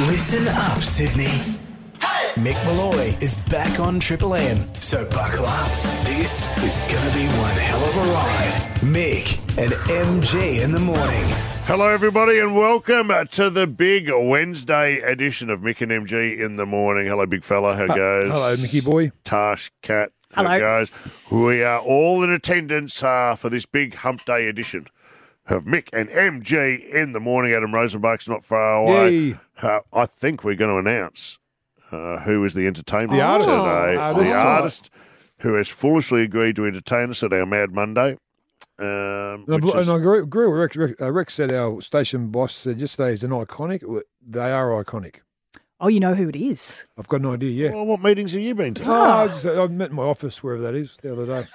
Listen up, Sydney. Mick Malloy is back on Triple M, so buckle up. This is gonna be one hell of a ride. Mick and MG in the morning. Hello, everybody, and welcome uh, to the big Wednesday edition of Mick and MG in the morning. Hello, big fella. How goes? Hello, Mickey boy. Tash, Cat. How Hello. goes? We are all in attendance uh, for this big Hump Day edition of Mick and MG in the morning. Adam Rosenbach's not far away. Yay. Uh, I think we're going to announce uh, who is the entertainer The artist. Oh, Uh, today. Artist. Oh. The artist who has foolishly agreed to entertain us at our Mad Monday. Um, And I, which bl- is- and I agree, agree with Rex. Rex, uh, Rex said our station boss said yesterday is an iconic. W- They are iconic. Oh, you know who it is. I've got an idea, yeah. well, what meetings have you been to? Oh, I, just, I met in my office, wherever that is, the other day.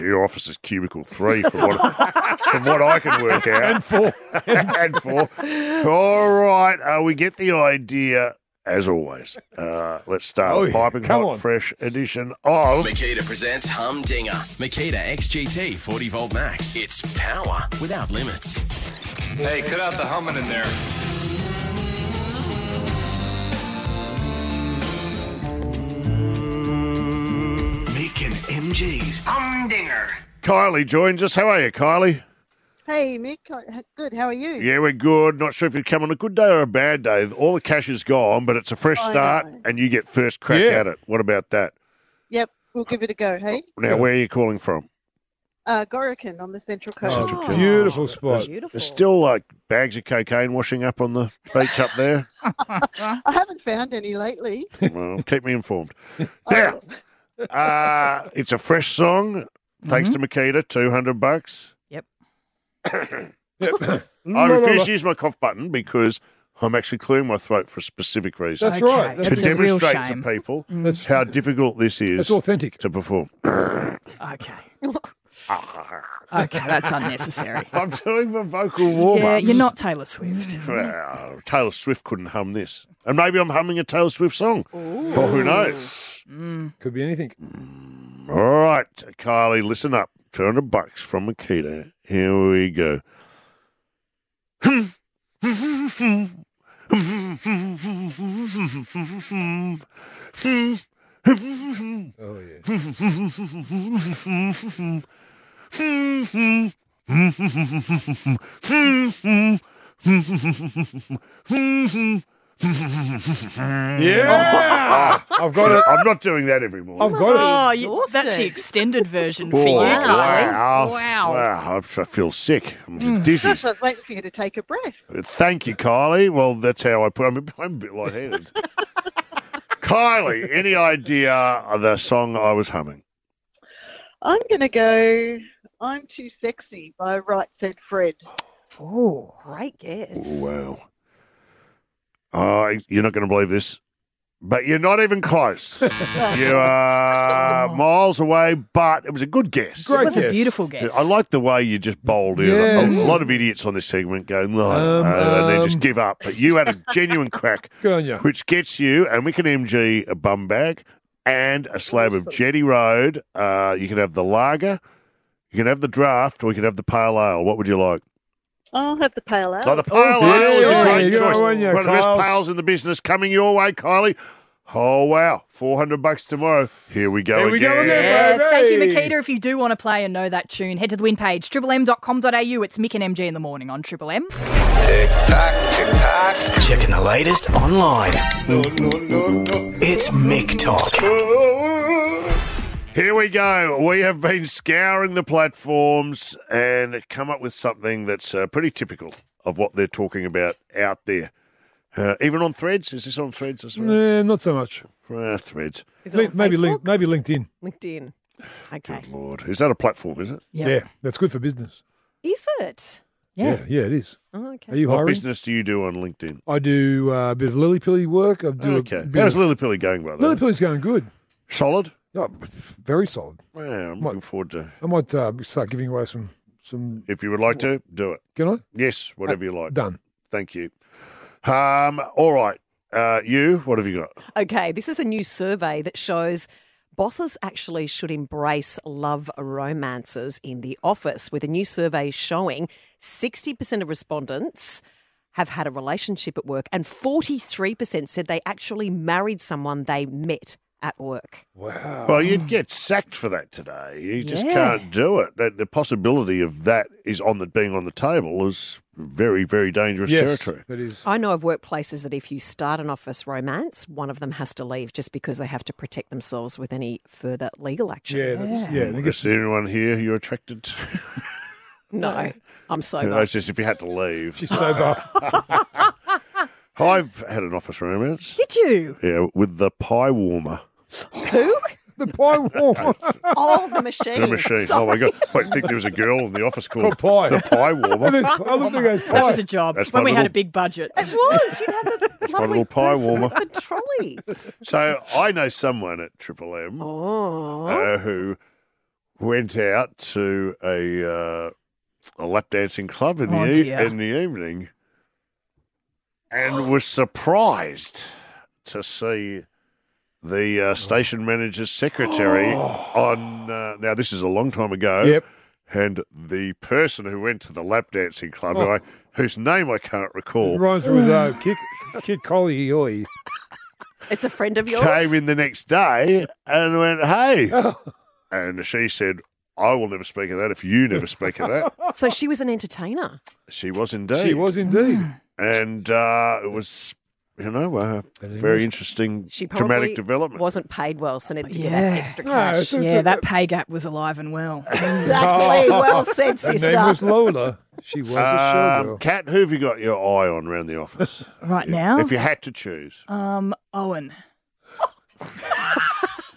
Your office is cubicle three, from what, from what I can work out. And four. Oh, and four. All right. Uh, we get the idea, as always. Uh, let's start Oh, with yeah. piping Come hot, on. fresh edition of. Makita presents Humdinger. Makita XGT 40 volt max. It's power without limits. Hey, cut out the humming in there. Mick and MG's Kylie joins us. How are you, Kylie? Hey Mick, I- good. How are you? Yeah, we're good. Not sure if you've come on a good day or a bad day. All the cash is gone, but it's a fresh I start, know. and you get first crack Yeah. at it. What about that? Yep, we'll give it a go. Hey, Now, where are you calling from? uh, Gorican on the Central Coast. Oh. Beautiful spot. Beautiful. There's still like bags of cocaine washing up on the beach up there. I haven't found any lately. well, keep me informed. Now, uh, it's a fresh song. Thanks to Makita, 200 bucks. Mm-hmm. Yep. I refuse to use my cough button because I'm actually clearing my throat for a specific reason. That's Okay, right. That's, that's to a real demonstrate to shame. people that's, how difficult this is Mm. that's authentic. to perform. Okay. okay, that's unnecessary. I'm doing my vocal warm Yeah, up. you're not Taylor Swift. Well, Taylor Swift couldn't hum this. And maybe I'm humming a Taylor Swift song. Well, who knows? Could be anything. All right, Kylie, listen up. 200 bucks from Makita. Here we go. Oh, yeah. Yeah! I've got it. uh, I'm not doing that every morning. I've got it. Oh, you- that's the Exhausted. extended version Oh, for you, Kylie. wow. Wow. Wow, I f- I feel sick. I'm dizzy. Gosh, I was waiting for you to take a breath. Thank you, Kylie. Well, that's how I put. I'm a, I'm a bit lightheaded. Kylie, any idea of the song I was humming? I'm gonna go. I'm too sexy by Right Said Fred. Oh, Great guess. Wow. Oh, you're not going to believe this, but you're not even close. you are miles away, but it was a good guess. Great it was a guess. beautiful guess. I like the way you just bowled in. Yes. A lot of idiots on this segment go, no, Um, no," and they just um. give up. But you had a genuine crack. Good on you. which gets you, and we can MG a bum bag and a slab of Jetty Road. Uh, you can have the lager, you can have the draft, or you can have the pale ale. What would you like? I'll have the pale ale. Oh, the pale yeah, ale is a yeah, great yeah, choice. yeah, yeah, One of the best Kyles. pales in the business coming your way, Kylie. Oh wow, four hundred bucks tomorrow. Here we go Here we again. go again. Yeah, Baby. thank you, Makita. If you do want to play and know that tune, head to the win page, triplem.com.au. It's Mick and MG in the morning on Triple M. Checking the latest online. It's Mick Talk. Here we go. We have been scouring the platforms and come up with something that's uh, pretty typical of what they're talking about out there. Uh, even on threads? Is this on threads as well? Nah, not so much. Ah, threads. Is Link- on maybe, link, Facebook? maybe LinkedIn. LinkedIn. Okay. Good Lord. Is that a platform, is it? Yeah, that's good for business. Is it? Yeah, Yeah. yeah, it is. Oh, Are okay. you What hiring? business do you do on LinkedIn? I do uh, a bit of lily pilly work. I do a Okay. bit How's of, Lily Pilly going, by the lily way? pilly's going good. Solid? Oh, very solid. Yeah, I'm What? looking forward to I might uh, start giving away some some. If you would like to, do it. Can I? Yes, whatever you like. Uh, Done. Thank you. Um, all right. Uh, you, what have you got? Okay. This is a new survey that shows bosses actually should embrace love romances in the office, with a new survey showing 60% of respondents have had a relationship at work, and 43% said they actually married someone they met at work. Well, you'd get sacked for that today. You just Yeah. can't do it. The, the possibility of that is on the being on the table is very, very dangerous territory. It is. I know of workplaces that if you start an office romance, one of them has to leave just because they have to protect themselves with any further legal action. Yeah, that's, yeah. I they get- guess anyone here you're attracted to? No, I'm so You know, not. it's just if you had to leave. She's sober. I've had an office romance. Did you? Yeah, with the pie warmer. Who? the pie warmer. Oh, the machine. The machine. Oh my god! Wait, I think there was a girl in the office called Called Pie. The pie warmer. And it's- I looked at it, goes, That was pie. a job. That's my when we had little- a big budget. It was. You had the my lovely little pie person at warmer. The trolley. So I know someone at Triple M Oh. uh, who went out to a uh, a lap dancing club in Oh, the e- dear. in the evening, and was surprised to see the uh, station manager's secretary on. Uh, now this is a long time ago. Yep. And the person who went to the lap dancing club, who I, whose name I can't recall, Rhymes with uh, Kid, kid Collie Oi. It's a friend of yours. came in the next day and went, Oh. "Hey," and she said, "I will never speak of that if you never speak of that." So she was an entertainer. She was indeed. She was indeed. and uh, it was, you know, a very interesting, She probably dramatic development. wasn't paid well, so needed to get Yeah. that extra No, cash. it's- it's yeah, a- that pay gap was alive and well. Exactly. Well said, Her Oh. name was sister. Lola. She was a Um, showgirl. Kat, who have you got your eye on around the office? right now, If you had to choose, um, Owen.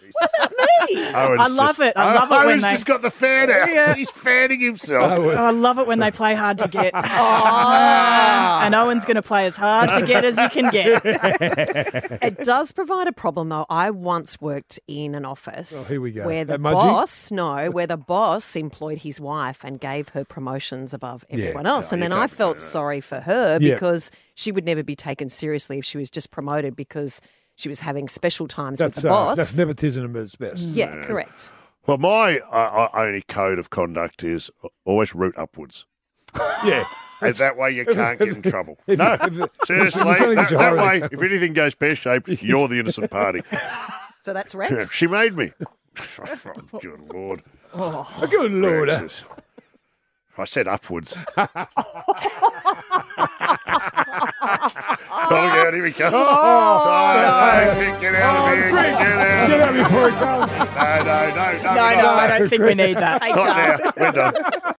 Owen's I love just- Oh, it. I love it when Owen's they- just got the fan out. He's fanning himself. Oh, Oh, I love it when they play hard to get. and Owen's going to play as hard to get as he can get. It does provide a problem, though. I once worked in an office Oh, here we go. where the That mudgy? boss, no, where the boss employed his wife and gave her promotions above everyone else. and then I felt sorry for her Yeah. because she would never be taken seriously if she was just promoted because she was having special times with that's, the uh, boss. Mm. that's nepotism at its best. yeah, correct. Well, my uh, uh, only code of conduct is always root upwards. Yeah. And that way you can't get in trouble. If- No, if- if- seriously. it's only That, that jarring. way, if anything goes pear shaped, you're the innocent party. So that's Rex. she made me. Oh, good lord. Good lord. uh, Francis. I said upwards. oh, God, here he comes. Oh, no, no, get out of here. Get out. Get out of here, Corey Carl. No, no, no, no. No, no, no, I don't think we need that. Not now. We're done.